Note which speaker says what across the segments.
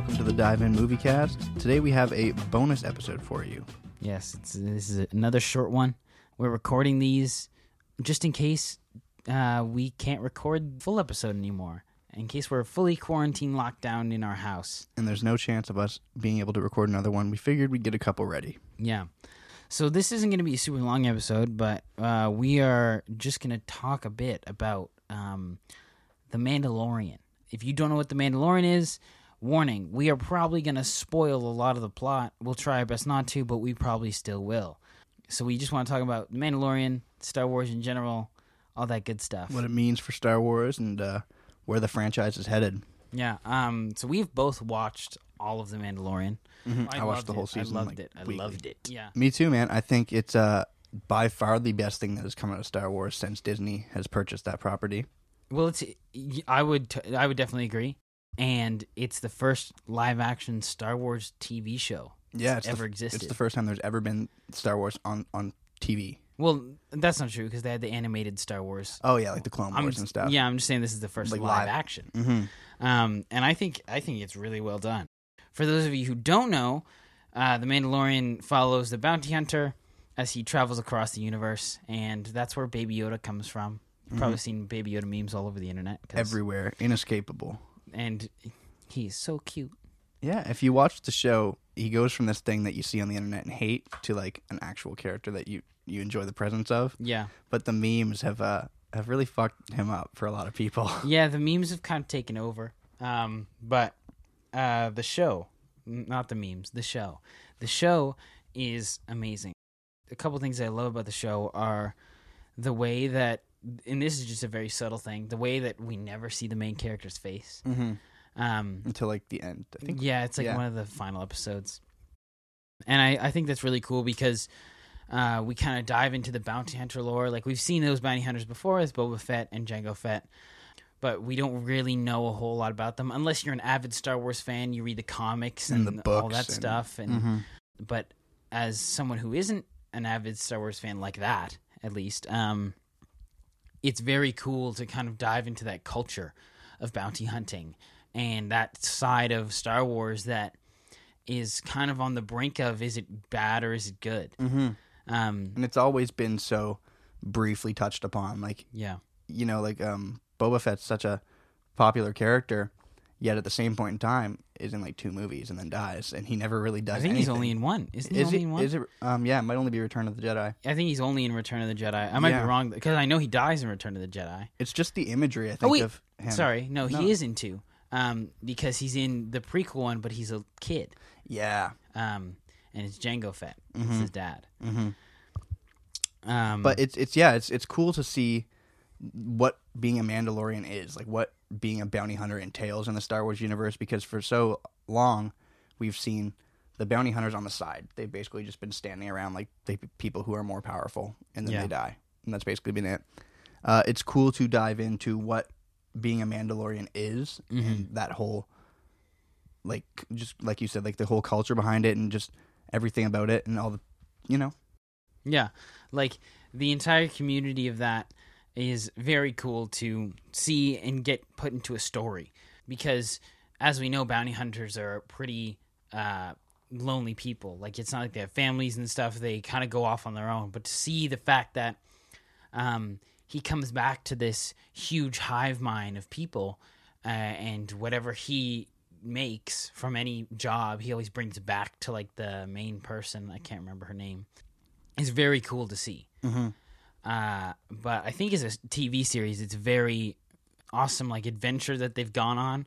Speaker 1: Been Movie Cast. Today we have a bonus episode for you.
Speaker 2: Yes, it's, this is another short one. We're recording these just in case uh, we can't record full episode anymore. In case we're fully quarantined, locked down in our house.
Speaker 1: And there's no chance of us being able to record another one. We figured we'd get a couple ready.
Speaker 2: Yeah. So this isn't going to be a super long episode, but uh, we are just going to talk a bit about um, the Mandalorian. If you don't know what the Mandalorian is, warning: we are probably going to spoil a lot of the plot. We'll try our best not to, but we probably still will. So we just want to talk about the Mandalorian, Star Wars in general, all that good stuff.
Speaker 1: What it means for Star Wars and uh, where the franchise is headed.
Speaker 2: yeah. Um. So we've both watched all of the Mandalorian.
Speaker 1: I watched
Speaker 2: loved
Speaker 1: the whole
Speaker 2: it.
Speaker 1: season,
Speaker 2: Mm-hmm. I loved
Speaker 1: like,
Speaker 2: it. I
Speaker 1: weekly.
Speaker 2: loved it. Yeah.
Speaker 1: Me too, man. I think it's uh, by far the best thing that has come out of Star Wars since Disney has purchased that property.
Speaker 2: Well, it's y- I would t- I would definitely agree, and it's the first live action Star Wars TV show.
Speaker 1: Yeah,
Speaker 2: ever
Speaker 1: the,
Speaker 2: existed.
Speaker 1: It's the first time there's ever been Star Wars on on TV.
Speaker 2: Well, that's not true because they had the animated Star Wars.
Speaker 1: Oh yeah, like the Clone
Speaker 2: I'm
Speaker 1: Wars
Speaker 2: just-
Speaker 1: and stuff.
Speaker 2: Yeah, I'm just saying this is the first
Speaker 1: Like
Speaker 2: live,
Speaker 1: live.
Speaker 2: action.
Speaker 1: hmm
Speaker 2: Um, and I think I think it's really well done. For those of you who don't know, uh, the Mandalorian follows the bounty hunter as he travels across the universe, and that's where Baby Yoda comes from. You've
Speaker 1: Mm-hmm.
Speaker 2: probably seen Baby Yoda memes all over the internet. 'cause-
Speaker 1: Everywhere, inescapable.
Speaker 2: and he's so cute.
Speaker 1: Yeah, if you watch the show, he goes from this thing that you see on the internet and hate to like an actual character that you you enjoy the presence of.
Speaker 2: Yeah.
Speaker 1: But the memes have uh have really fucked him up for a lot of people.
Speaker 2: Yeah, the memes have kind of taken over. Um, but uh, the show, n- not the memes, the show. The show is amazing. A couple things I love about the show are the way that, and this is just a very subtle thing, the way that we never see the main character's face.
Speaker 1: Mm-hmm.
Speaker 2: Um,
Speaker 1: Until like the end, I think.
Speaker 2: yeah, it's like
Speaker 1: yeah.
Speaker 2: one of the final episodes. And I, I think that's really cool because uh, we kind of dive into the bounty hunter lore. Like we've seen those bounty hunters before as Boba Fett and Jango Fett, but we don't really know a whole lot about them unless you're an avid Star Wars fan. You read the comics
Speaker 1: And
Speaker 2: and,
Speaker 1: the
Speaker 2: all
Speaker 1: books
Speaker 2: that
Speaker 1: and-
Speaker 2: stuff. And
Speaker 1: Mm-hmm.
Speaker 2: but as someone who isn't an avid Star Wars fan like that, at least, um, it's very cool to kind of dive into that culture of bounty hunting and that side of Star Wars that is kind of on the brink of is it bad or is it good?
Speaker 1: Mm-hmm.
Speaker 2: Um,
Speaker 1: And it's always been so briefly touched upon. Like
Speaker 2: yeah,
Speaker 1: you know, like um Boba Fett's such a popular character, yet at the same point in time is in like two movies and then dies, and he never really does
Speaker 2: I think
Speaker 1: anything.
Speaker 2: he's only in one. Isn't he
Speaker 1: is
Speaker 2: only
Speaker 1: it,
Speaker 2: in one?
Speaker 1: is it? Um, yeah, it might only be Return of the Jedi.
Speaker 2: I think he's only in Return of the Jedi. I might
Speaker 1: Yeah.
Speaker 2: be wrong because I know he dies in Return of the Jedi.
Speaker 1: It's just the imagery I think
Speaker 2: Oh, wait.
Speaker 1: of him.
Speaker 2: Sorry, no,
Speaker 1: No.
Speaker 2: he is in two um, because he's in the prequel one, but he's a kid.
Speaker 1: Yeah.
Speaker 2: um, and it's Django Fett. It's
Speaker 1: Mhm.
Speaker 2: his dad.
Speaker 1: hmm
Speaker 2: Um,
Speaker 1: But it's it's yeah, it's it's cool to see what being a Mandalorian is, like what being a bounty hunter entails in the Star Wars universe because for so long we've seen the bounty hunters on the side. They've basically just been standing around like they people who are more powerful and then
Speaker 2: Yeah.
Speaker 1: they die. And that's basically been it. Uh, it's cool to dive into what being a Mandalorian is and that whole like just like you said like the whole culture behind it and just everything about it and all the you know
Speaker 2: yeah, like the entire community of that is very cool to see and get put into a story because, as we know, bounty hunters are pretty uh, lonely people. Like it's not like they have families and stuff. They kind of go off on their own. But to see the fact that um, he comes back to this huge hive mind of people, uh, and whatever he makes from any job, he always brings back to like the main person. I can't remember her name. It's very cool to see.
Speaker 1: Mhm.
Speaker 2: Uh, but I think as a TV series, it's very awesome, like adventure that they've gone on,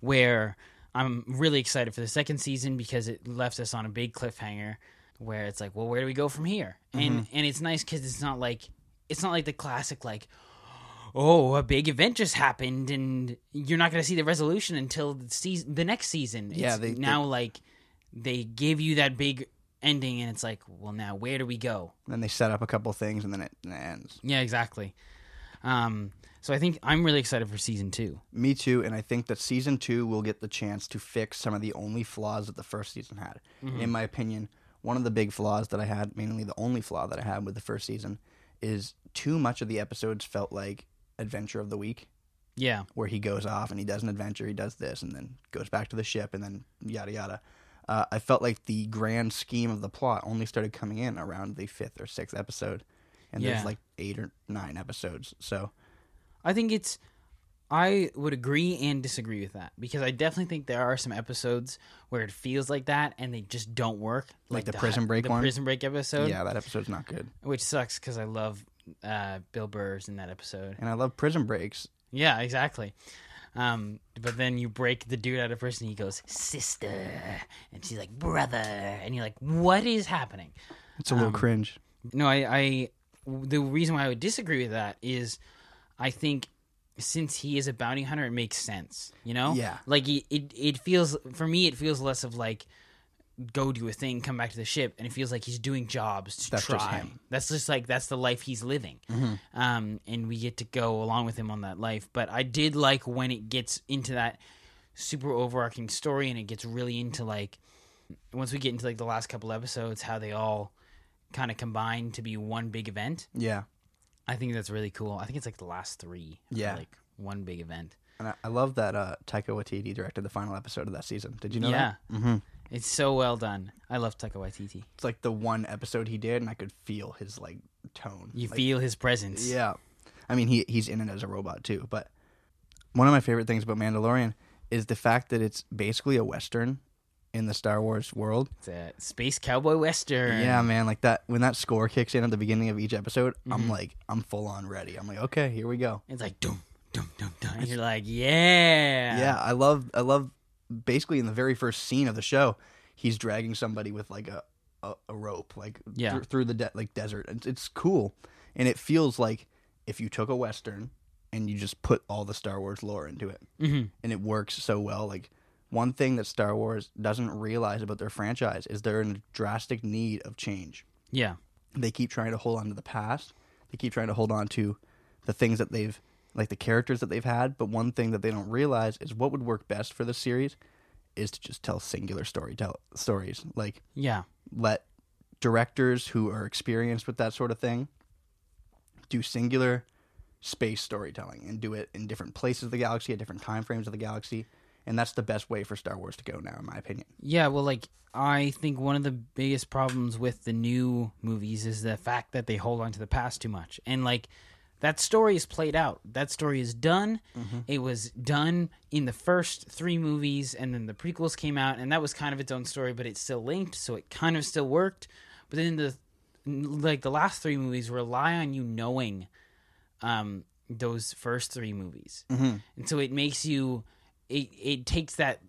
Speaker 2: where I'm really excited for the second season because it left us on a big cliffhanger where it's like, well, where do we go from here? And
Speaker 1: Mm-hmm.
Speaker 2: and it's nice because it's not like it's not like the classic like, oh, a big event just happened and you're not gonna see the resolution until the season, the next season.
Speaker 1: Yeah,
Speaker 2: It's
Speaker 1: they- they-
Speaker 2: now like they give you that big ending and it's like, well, now where do we go?
Speaker 1: then they set up a couple things and then it and it ends
Speaker 2: Yeah, exactly. Um, so I think I'm really excited for season two.
Speaker 1: Me too, and I think that season two will get the chance to fix some of the only flaws that the first season had.
Speaker 2: Hmm.
Speaker 1: In my opinion, one of the big flaws that I had, mainly the only flaw that I had with the first season, is too much of the episodes felt like adventure of the week.
Speaker 2: Yeah.
Speaker 1: where he goes off and he does an adventure, he does this, and then goes back to the ship, and then yada yada. Uh, I felt like the grand scheme of the plot only started coming in around the fifth or sixth episode, and
Speaker 2: Yeah.
Speaker 1: there's like eight or nine episodes. So
Speaker 2: I think it's. I would agree and disagree with that because I definitely think there are some episodes where it feels like that and they just don't work.
Speaker 1: Like the Prison Break
Speaker 2: the
Speaker 1: one?
Speaker 2: Prison Break episode,
Speaker 1: yeah, that episode's not good,
Speaker 2: which sucks because I love uh, Bill Burr's in that episode.
Speaker 1: and I love prison breaks.
Speaker 2: Yeah, exactly. Um, but then you break the dude out of prison. He goes, "Sister," and she's like, "Brother," and you're like, "What is happening?"
Speaker 1: It's a little cringe.
Speaker 2: No, I, I the reason why I would disagree with that is I think since he is a bounty hunter, it makes sense. You know,
Speaker 1: Yeah.
Speaker 2: Like it, it, it feels for me, it feels less of like go do a thing, come back to the ship, and it feels like he's doing jobs to
Speaker 1: That's
Speaker 2: try.
Speaker 1: just him. Mm-hmm.
Speaker 2: That's just like that's the life he's living, um, and we get to go along with him on that life. But I did like when it gets into that super overarching story, and it gets really into like once we get into like the last couple episodes, how they all kind of combine to be one big event.
Speaker 1: Yeah,
Speaker 2: I think that's really cool. I think it's like the last three. are,
Speaker 1: Yeah.
Speaker 2: like one big event.
Speaker 1: and I, I love that uh, Taika Waititi directed the final episode of that season. Did you know
Speaker 2: yeah,
Speaker 1: that? Mm-hmm.
Speaker 2: it's so well done. I love Taika Waititi.
Speaker 1: It's like the one episode he did, and I could feel his like tone.
Speaker 2: You
Speaker 1: Like,
Speaker 2: feel his presence.
Speaker 1: Yeah. I mean, he he's in it as a robot too, but one of my favorite things about Mandalorian is the fact that it's basically a western in the Star Wars world.
Speaker 2: It's a uh, space cowboy western.
Speaker 1: Yeah, man, like that when that score kicks in at the beginning of each episode, I'm like I'm full on ready. I'm like, okay, here we go.
Speaker 2: it's like dum dum dum dum. And you're like, yeah,
Speaker 1: Yeah, I love I love basically in the very first scene of the show, he's dragging somebody with like a a, a rope like
Speaker 2: Yeah.
Speaker 1: thr- through the de- like desert. It's, it's cool, and it feels like if you took a western and you just put all the Star Wars lore into it,
Speaker 2: Mhm.
Speaker 1: and it works so well. Like one thing that Star Wars doesn't realize about their franchise is they're in drastic need of change
Speaker 2: yeah,
Speaker 1: they keep trying to hold on to the past. They keep trying to hold on to the things that they've like the characters that they've had, but one thing that they don't realize is what would work best for the series is to just tell singular story tell stories. Like
Speaker 2: yeah,
Speaker 1: let directors who are experienced with that sort of thing do singular space storytelling and do it in different places of the galaxy, at different time frames of the galaxy. And that's the best way for Star Wars to go now, in my opinion.
Speaker 2: yeah. Well, like I think one of the biggest problems with the new movies is the fact that they hold on to the past too much, and like that story is played out. That story is done. It was done in the first three movies, and then the prequels came out, and that was kind of its own story, but it's still linked, so it kind of still worked. But then the like the last three movies rely on you knowing um, those first three movies, and so it makes you it it takes that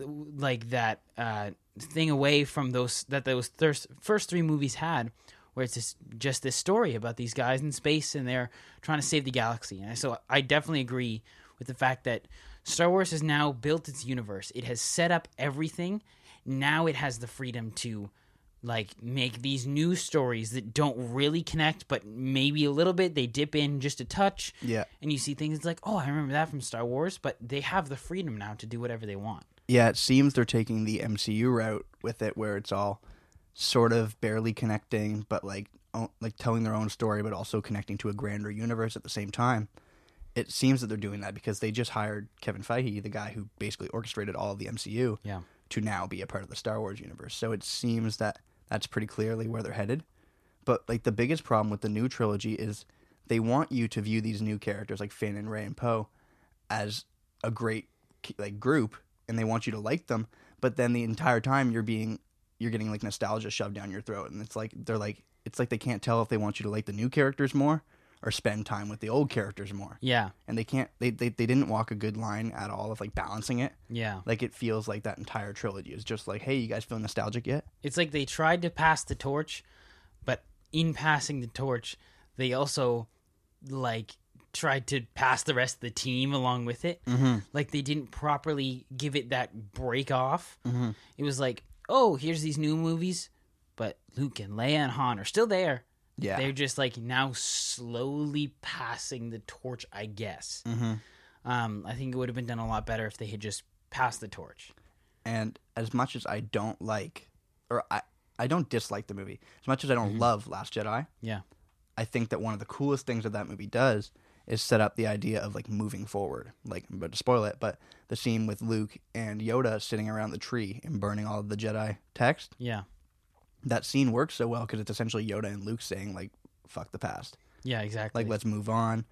Speaker 2: like that uh, thing away from those that those first first three movies had, where it's just, just this story about these guys in space and they're trying to save the galaxy. And so I definitely agree with the fact that Star Wars has now built its universe. It has set up everything. Now it has the freedom to like make these new stories that don't really connect but maybe a little bit they dip in just a touch
Speaker 1: Yeah.
Speaker 2: and you see things it's like oh i remember that from star wars but they have the freedom now to do whatever they want
Speaker 1: yeah, it seems they're taking the MCU route with it, where it's all sort of barely connecting, but like o- like telling their own story, but also connecting to a grander universe at the same time. It seems that they're doing that because they just hired Kevin Feige, the guy who basically orchestrated all of the MCU,
Speaker 2: yeah
Speaker 1: to now be a part of the Star Wars universe. So it seems that that's pretty clearly where they're headed. But like the biggest problem with the new trilogy is they want you to view these new characters like Finn and Ray and Poe as a great like group and they want you to like them, but then the entire time you're being you're getting like nostalgia shoved down your throat and it's like they're like it's like they can't tell if they want you to like the new characters more or spend time with the old characters more.
Speaker 2: yeah
Speaker 1: And they can't they they, they didn't walk a good line at all of like balancing it.
Speaker 2: yeah
Speaker 1: Like it feels like that entire trilogy is just like, hey, you guys feel nostalgic yet?
Speaker 2: It's like they tried to pass the torch, but in passing the torch, they also like tried to pass the rest of the team along with it. Mm-hmm. Like they didn't properly give it that break off. Mm-hmm. It was like, oh, here's these new movies, but Luke and Leia and Han are still there.
Speaker 1: Yeah.
Speaker 2: They're just like now slowly passing the torch, I guess.
Speaker 1: Mhm.
Speaker 2: Um, I think it would have been done a lot better if they had just passed the torch.
Speaker 1: and as much as I don't like or I I don't dislike the
Speaker 2: Mm-hmm.
Speaker 1: movie, as much as I don't love Last Jedi,
Speaker 2: Yeah.
Speaker 1: I think that one of the coolest things that that movie does is set up the idea of like moving forward. Like, but to spoil it, but the scene with Luke and Yoda sitting around the tree and burning all of the Jedi text,
Speaker 2: Yeah.
Speaker 1: that scene works so well because it's essentially Yoda and Luke saying like, "Fuck the past."
Speaker 2: Yeah, exactly.
Speaker 1: like let's move on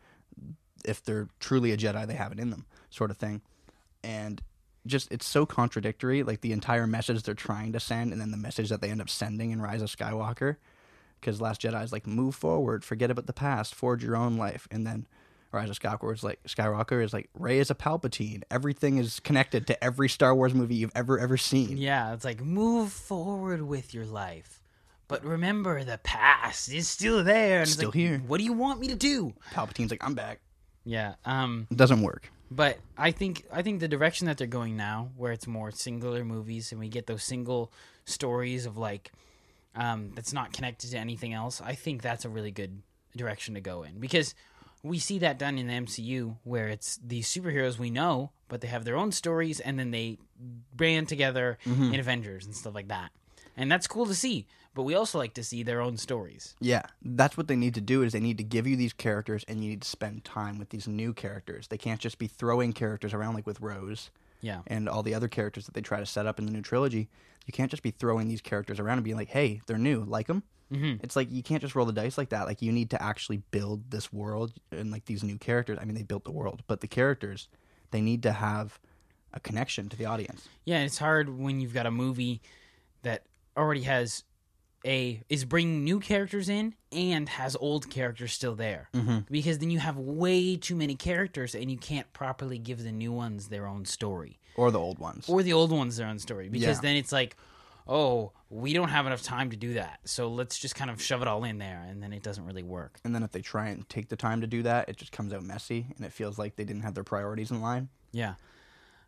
Speaker 1: if they're truly a jedi they have it in them sort of thing and just it's so contradictory like the entire message they're trying to send and then the message that they end up sending in rise of skywalker because last jedi is like move forward forget about the past forge your own life and then rise of skywalker is like skywalker is like ray is a palpatine everything is connected to every star wars movie you've ever ever seen
Speaker 2: Yeah, it's like move forward with your life. But remember the past is still there and it's
Speaker 1: Still
Speaker 2: like,
Speaker 1: here.
Speaker 2: What do you want me to do?
Speaker 1: palpatine's like i'm back
Speaker 2: Yeah. Um
Speaker 1: it doesn't work
Speaker 2: but I think I think the direction that they're going now where it's more singular movies and we get those single stories of like um that's not connected to anything else. I think that's a really good direction to go in because we see that done in the MCU where it's these superheroes we know but they have their own stories and then they band together in Avengers and stuff like that. And that's cool to see, but we also like to see their own stories.
Speaker 1: Yeah, that's what they need to do is they need to give you these characters and you need to spend time with these new characters. They can't just be throwing characters around like with Rose
Speaker 2: Yeah.
Speaker 1: and all the other characters that they try to set up in the new trilogy. You can't just be throwing these characters around and being like, "Hey, they're new, like them."
Speaker 2: Mhm.
Speaker 1: It's like you can't just roll the dice like that. Like you need to actually build this world and like these new characters. I mean, they built the world, but the characters they need to have a connection to the audience.
Speaker 2: Yeah, it's hard when you've got a movie that already has a is bringing new characters in and has old characters still there.
Speaker 1: Mhm.
Speaker 2: Because then you have way too many characters and you can't properly give the new ones their own story
Speaker 1: Or the old ones.
Speaker 2: or the old ones their own story because
Speaker 1: Yeah.
Speaker 2: then it's like oh, we don't have enough time to do that. So let's just kind of shove it all in there and then it doesn't really work.
Speaker 1: and then if they try and take the time to do that, it just comes out messy and it feels like they didn't have their priorities in line.
Speaker 2: Yeah.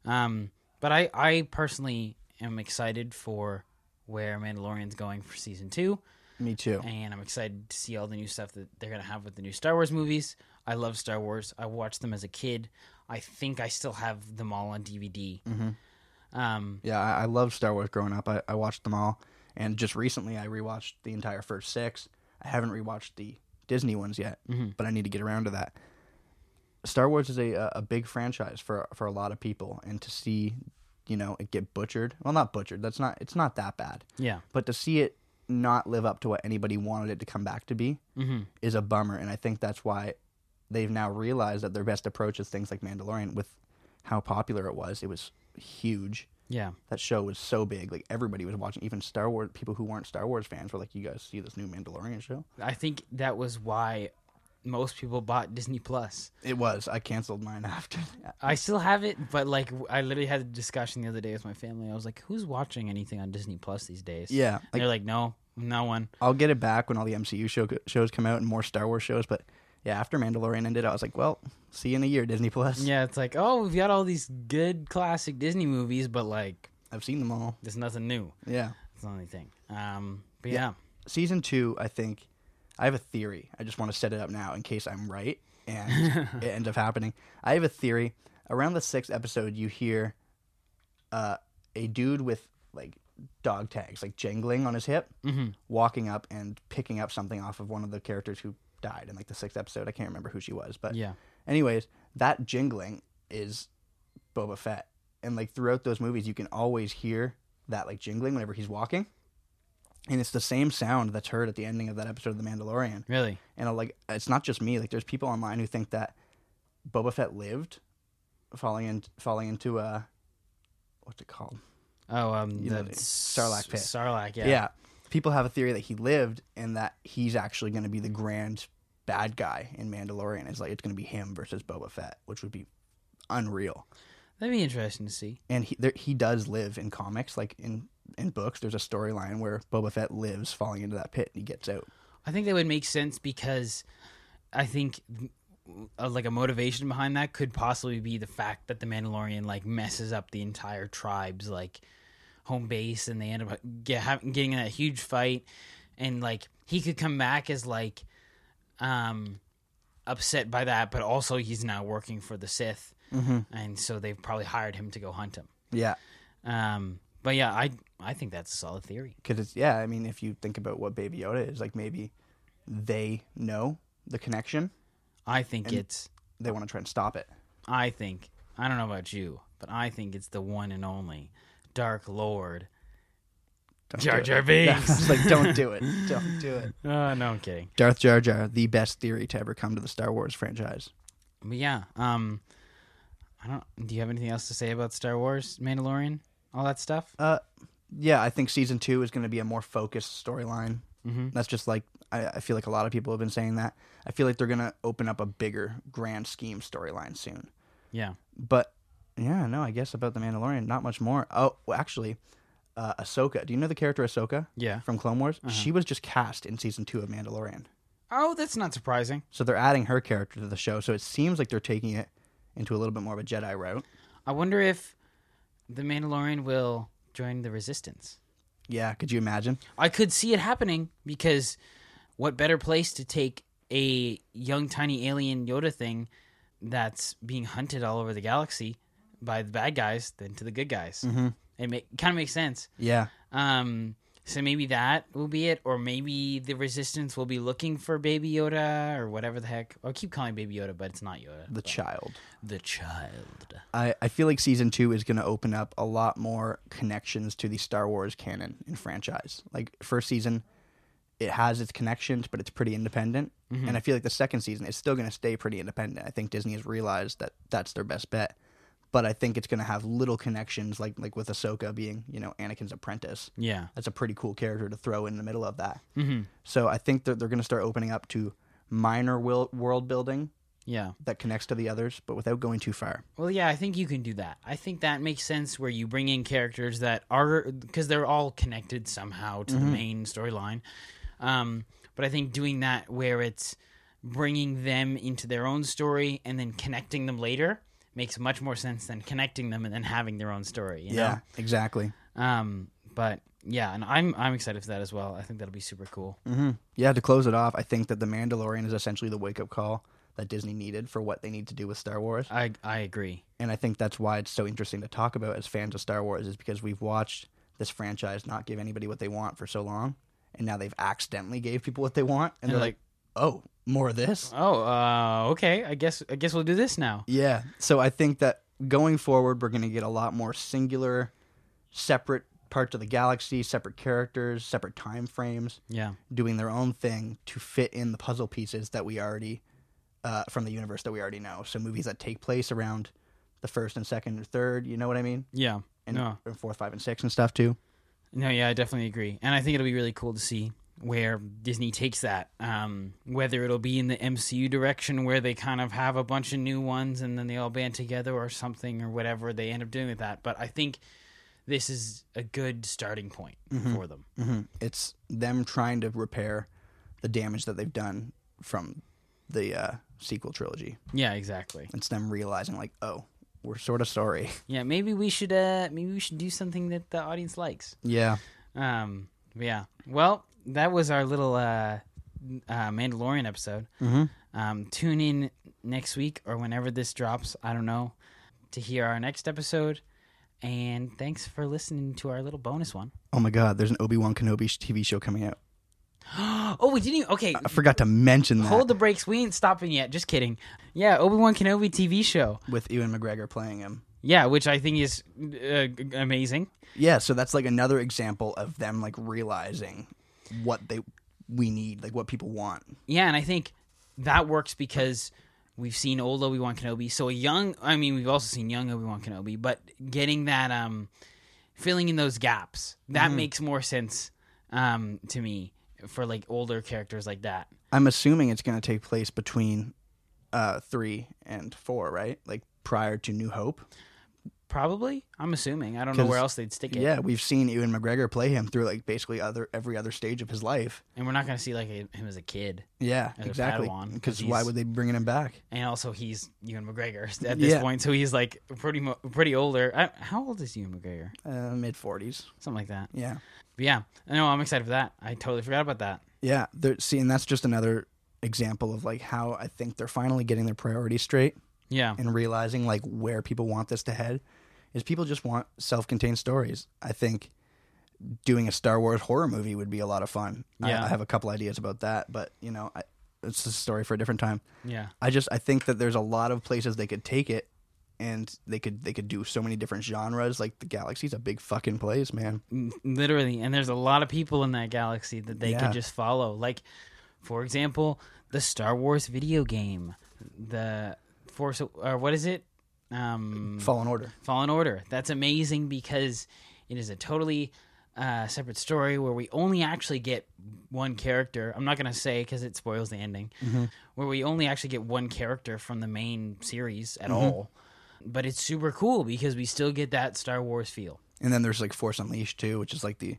Speaker 2: Um, but I, I personally am excited for where Mandalorian's going for season two.
Speaker 1: Me too.
Speaker 2: and I'm excited to see all the new stuff that they're gonna have with the new Star Wars movies. I love Star Wars. I watched them as a kid. I think I still have them all on DVD. Um,
Speaker 1: Yeah, I, I loved Star Wars growing up. I, I watched them all, and just recently I rewatched the entire first six. I haven't rewatched the Disney ones yet, but I need to get around to that. Star Wars is a a- a big franchise for for a lot of people, and to see you know it get butchered well not butchered that's not it's not that bad
Speaker 2: yeah,
Speaker 1: but to see it not live up to what anybody wanted it to come back to be
Speaker 2: Mhm.
Speaker 1: is a bummer and i think that's why they've now realized that their best approach is things like mandalorian with how popular it was it was huge
Speaker 2: yeah,
Speaker 1: that show was so big like everybody was watching even star wars people who weren't star wars fans were like you guys see this new mandalorian show
Speaker 2: I think that was why most people bought Disney Plus.
Speaker 1: it was i canceled mine after that
Speaker 2: I still have it, but like I literally had a discussion the other day with my family. I was like, "Who's watching anything on Disney Plus these days?"
Speaker 1: yeah
Speaker 2: And
Speaker 1: like
Speaker 2: they're like, "No, no one."
Speaker 1: i'll get it back when all the mcu show, shows come out and more star wars shows but yeah after mandalorian ended i was like well see you in a year disney plus
Speaker 2: Yeah, it's like, "Oh, we've got all these good classic Disney movies, but like,
Speaker 1: i've seen them all
Speaker 2: there's nothing new."
Speaker 1: yeah
Speaker 2: It's the only thing. Um, but
Speaker 1: Yeah.
Speaker 2: yeah.
Speaker 1: season two i think i have a theory i just want to set it up now in case i'm right and it ends up happening i have a theory around the sixth episode you hear uh, a dude with like dog tags like jingling on his hip
Speaker 2: Mm-hmm.
Speaker 1: walking up and picking up something off of one of the characters who died in like the sixth episode i can't remember who she was but
Speaker 2: Yeah.
Speaker 1: Anyways, that jingling is Boba Fett. And like throughout those movies, you can always hear that like jingling whenever he's walking. And it's the same sound that's heard at the ending of that episode of The Mandalorian.
Speaker 2: Really?
Speaker 1: And uh, like, it's not just me. Like, there's people online who think that Boba Fett lived, falling in, falling into a, what's it called?
Speaker 2: Oh, um,
Speaker 1: You
Speaker 2: the
Speaker 1: know, the Sarlacc pit.
Speaker 2: Sarlacc, yeah.
Speaker 1: Yeah. People have a theory that he lived and that he's actually going to be the grand bad guy in Mandalorian. It's like it's going to be him versus Boba Fett, which would be unreal.
Speaker 2: That'd be interesting to see.
Speaker 1: and he there, he does live in comics, like in in books. There's a storyline where Boba Fett lives falling into that pit and he gets out.
Speaker 2: I think that would make sense because I think uh, like a motivation behind that could possibly be the fact that the Mandalorian like messes up the entire tribe's like home base and they end up get, ha- getting in that huge fight and like he could come back as like um upset by that but also he's now working for the Sith and so they've probably hired him to go hunt him.
Speaker 1: Yeah,
Speaker 2: Um, but yeah, I I think that's a solid theory.
Speaker 1: because it's yeah. I mean, if you think about what Baby Yoda is, like maybe they know the connection,
Speaker 2: I think it's
Speaker 1: they want to try and stop it.
Speaker 2: I think I don't know about you, but I think it's the one and only Dark Lord
Speaker 1: Don't
Speaker 2: Jar
Speaker 1: do it.
Speaker 2: Jar
Speaker 1: Yeah,
Speaker 2: Binks.
Speaker 1: it's like don't do it, don't do it.
Speaker 2: Uh, no, I'm kidding.
Speaker 1: Darth Jar Jar, the best theory to ever come to the Star Wars franchise.
Speaker 2: But yeah, um, I don't. Do you have anything else to say about Star Wars, Mandalorian, all that stuff?
Speaker 1: Uh, yeah, I think season two is going to be a more focused storyline.
Speaker 2: Mhm.
Speaker 1: That's just like I, I feel like a lot of people have been saying that. I feel like they're going to open up a bigger grand scheme storyline soon.
Speaker 2: Yeah.
Speaker 1: But yeah, no, I guess about the Mandalorian, not much more. Oh, well, actually, uh, Ahsoka. Do you know the character Ahsoka
Speaker 2: Yeah.
Speaker 1: from Clone Wars? She was just cast in season two of Mandalorian,
Speaker 2: Oh, that's not surprising.
Speaker 1: so they're adding her character to the show. So it seems like they're taking it into a little bit more of a Jedi route.
Speaker 2: I wonder if the Mandalorian will join the Resistance.
Speaker 1: Yeah, could you imagine?
Speaker 2: I could see it happening because what better place to take a young, tiny alien Yoda thing that's being hunted all over the galaxy by the bad guys than to the good guys? Mm-hmm. It make, kind of makes sense.
Speaker 1: Yeah,
Speaker 2: Um, so maybe that will be it, or maybe the Resistance will be looking for Baby Yoda or whatever the heck. I keep calling Baby Yoda, but it's not Yoda.
Speaker 1: the child.
Speaker 2: the child.
Speaker 1: I, I feel like season two is going to open up a lot more connections to the Star Wars canon and franchise. Like first season, it has its connections, but it's pretty independent. And I feel like the second season is still going to stay pretty independent. I think Disney has realized that that's their best bet. But I think it's going to have little connections, like like with Ahsoka being you know Anakin's apprentice.
Speaker 2: Yeah.
Speaker 1: That's a pretty cool character to throw in the middle of that. Mm-hmm. So I think that they're going to start opening up to minor will, world building
Speaker 2: Yeah.
Speaker 1: that connects to the others, but without going too far.
Speaker 2: Well, yeah, I think you can do that. I think that makes sense where you bring in characters that are because they're all connected somehow to
Speaker 1: Mm-hmm.
Speaker 2: the main storyline. Um, but I think doing that where it's bringing them into their own story and then connecting them later makes much more sense than connecting them and then having their own story. You
Speaker 1: Yeah, exactly.
Speaker 2: Know? Um, but yeah, and I'm I'm excited for that as well. I think that'll be super cool.
Speaker 1: hmm Yeah, to close it off, I think that The Mandalorian is essentially the wake up call that Disney needed for what they need to do with Star Wars.
Speaker 2: I I agree.
Speaker 1: And I think that's why it's so interesting to talk about as fans of Star Wars, is because we've watched this franchise not give anybody what they want for so long. And now they've accidentally gave people what they want. And,
Speaker 2: And
Speaker 1: they're like, oh, more of this?
Speaker 2: Oh, uh, okay. I guess I guess we'll do this now.
Speaker 1: Yeah. So I think that going forward, we're going to get a lot more singular, separate parts of the galaxy, separate characters, separate time frames.
Speaker 2: Yeah.
Speaker 1: doing their own thing to fit in the puzzle pieces that we already uh, from the universe that we already know. So movies that take place around the first and second or third, you know what I mean?
Speaker 2: Yeah.
Speaker 1: And,
Speaker 2: no.
Speaker 1: and fourth, five, and six and stuff too.
Speaker 2: No, yeah, I definitely agree, and I think it'll be really cool to see where Disney takes that. Um, whether it'll be in the MCU direction, where they kind of have a bunch of new ones and then they all band together, or something, or whatever they end up doing with that. But I think this is a good starting point for them.
Speaker 1: hmm It's them trying to repair the damage that they've done from the uh, sequel trilogy.
Speaker 2: Yeah, exactly.
Speaker 1: It's them realizing like, oh, we're sort of sorry.
Speaker 2: Yeah, maybe we should uh, maybe we should do something that the audience likes.
Speaker 1: Yeah.
Speaker 2: Um, but yeah. Well, that was our little uh, uh, Mandalorian episode.
Speaker 1: Mhm.
Speaker 2: Um, tune in next week or whenever this drops. I don't know to hear our next episode. And thanks for listening to our little bonus one.
Speaker 1: Oh my God, there's an Obi Wan Kenobi sh- TV show coming out.
Speaker 2: Oh, we didn't. Even, okay,
Speaker 1: I forgot to mention that
Speaker 2: hold the brakes. We ain't stopping yet. Just kidding. Yeah, Obi Wan Kenobi TV show.
Speaker 1: with Ewan McGregor playing him.
Speaker 2: Yeah, which I think is uh, g- amazing.
Speaker 1: Yeah, so that's like another example of them like realizing what they we need, like what people want.
Speaker 2: Yeah, and I think that works because we've seen old Obi Wan Kenobi. So a young, I mean, we've also seen young Obi Wan Kenobi, but getting that, um, filling in those gaps, that
Speaker 1: Mm-hmm.
Speaker 2: makes more sense um, to me for like older characters like that.
Speaker 1: I'm assuming it's going to take place between uh 3 and 4, right? Like prior to New Hope.
Speaker 2: Probably, I'm assuming. I don't know
Speaker 1: 'Cause-
Speaker 2: where else they'd stick it.
Speaker 1: Yeah, we've seen Ewan McGregor play him through like basically other every other stage of his life.
Speaker 2: And we're not going to see like a, him as a kid.
Speaker 1: Yeah,
Speaker 2: As a
Speaker 1: exactly.
Speaker 2: Padawan, 'cause
Speaker 1: Because why
Speaker 2: he's-
Speaker 1: would they be bringing him back?
Speaker 2: And also, he's Ewan McGregor at this
Speaker 1: Yeah.
Speaker 2: point, so he's like pretty mo- pretty older. I, how old is Ewan McGregor?
Speaker 1: Uh, mid 40s.
Speaker 2: Something like that.
Speaker 1: Yeah.
Speaker 2: But yeah, I know. I'm excited for that. I totally forgot about that.
Speaker 1: Yeah, they're see and that's just another example of like how I think they're finally getting their priorities straight.
Speaker 2: Yeah.
Speaker 1: and realizing like where people want this to head is people just want self-contained stories. I think doing a Star Wars horror movie would be a lot of fun. I-
Speaker 2: Yeah.
Speaker 1: I, have a couple ideas about that, but you know, I, it's a story for a different time.
Speaker 2: Yeah.
Speaker 1: I just I think that there's a lot of places they could take it, and they could they could do so many different genres. Like the galaxy's a big fucking place, man.
Speaker 2: N- Literally. And there's a lot of people in that galaxy that they
Speaker 1: Yeah.
Speaker 2: could just follow. Like, for example, the Star Wars video game, the Force, or what is it? Um,
Speaker 1: Fallen Order.
Speaker 2: Fallen Order. That's amazing because it is a totally uh, separate story where we only actually get one character. I'm not going to say because it spoils the ending,
Speaker 1: Mm-hmm.
Speaker 2: where we only actually get one character from the main series
Speaker 1: Mm-hmm.
Speaker 2: at all. But it's super cool because we still get that Star Wars feel.
Speaker 1: And then there's like Force Unleashed too, which is like the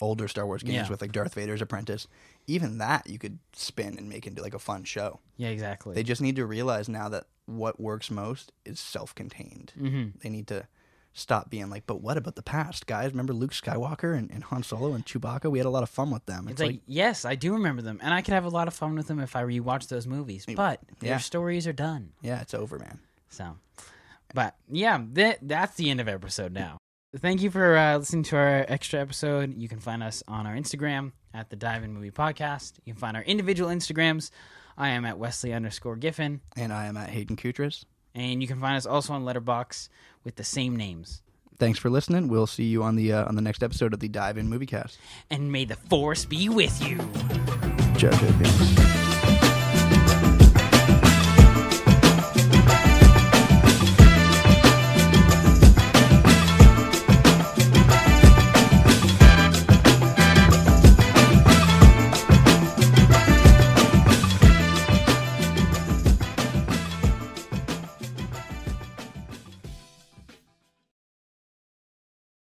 Speaker 1: older Star Wars games
Speaker 2: Yeah.
Speaker 1: with like Darth Vader's apprentice. Even that you could spin and make into like a fun show.
Speaker 2: Yeah, exactly.
Speaker 1: They just need to realize now that what works most is self-contained. Mm-hmm. They need to stop being like, but what about the past, guys? Remember Luke Skywalker and, and Han Solo and Chewbacca? We had a lot of fun with them. It's,
Speaker 2: it's like, yes, I do remember them, and I could have a lot of fun with them if I rewatch those movies. But
Speaker 1: yeah.
Speaker 2: their stories are done.
Speaker 1: yeah, it's over, man.
Speaker 2: So, but yeah, that that's the end of episode now. Thank you for uh, listening to our extra episode. You can find us on our Instagram at the Dive In Movie Podcast. You can find our individual Instagrams. I am at Wesley underscore Giffen,
Speaker 1: And I am at Hayden Kutras.
Speaker 2: and you can find us also on Letterbox with the same names.
Speaker 1: Thanks for listening. We'll see you on the uh, on the next episode of the Dive In Moviecast.
Speaker 2: And may the force be with you.
Speaker 1: Judge, I think.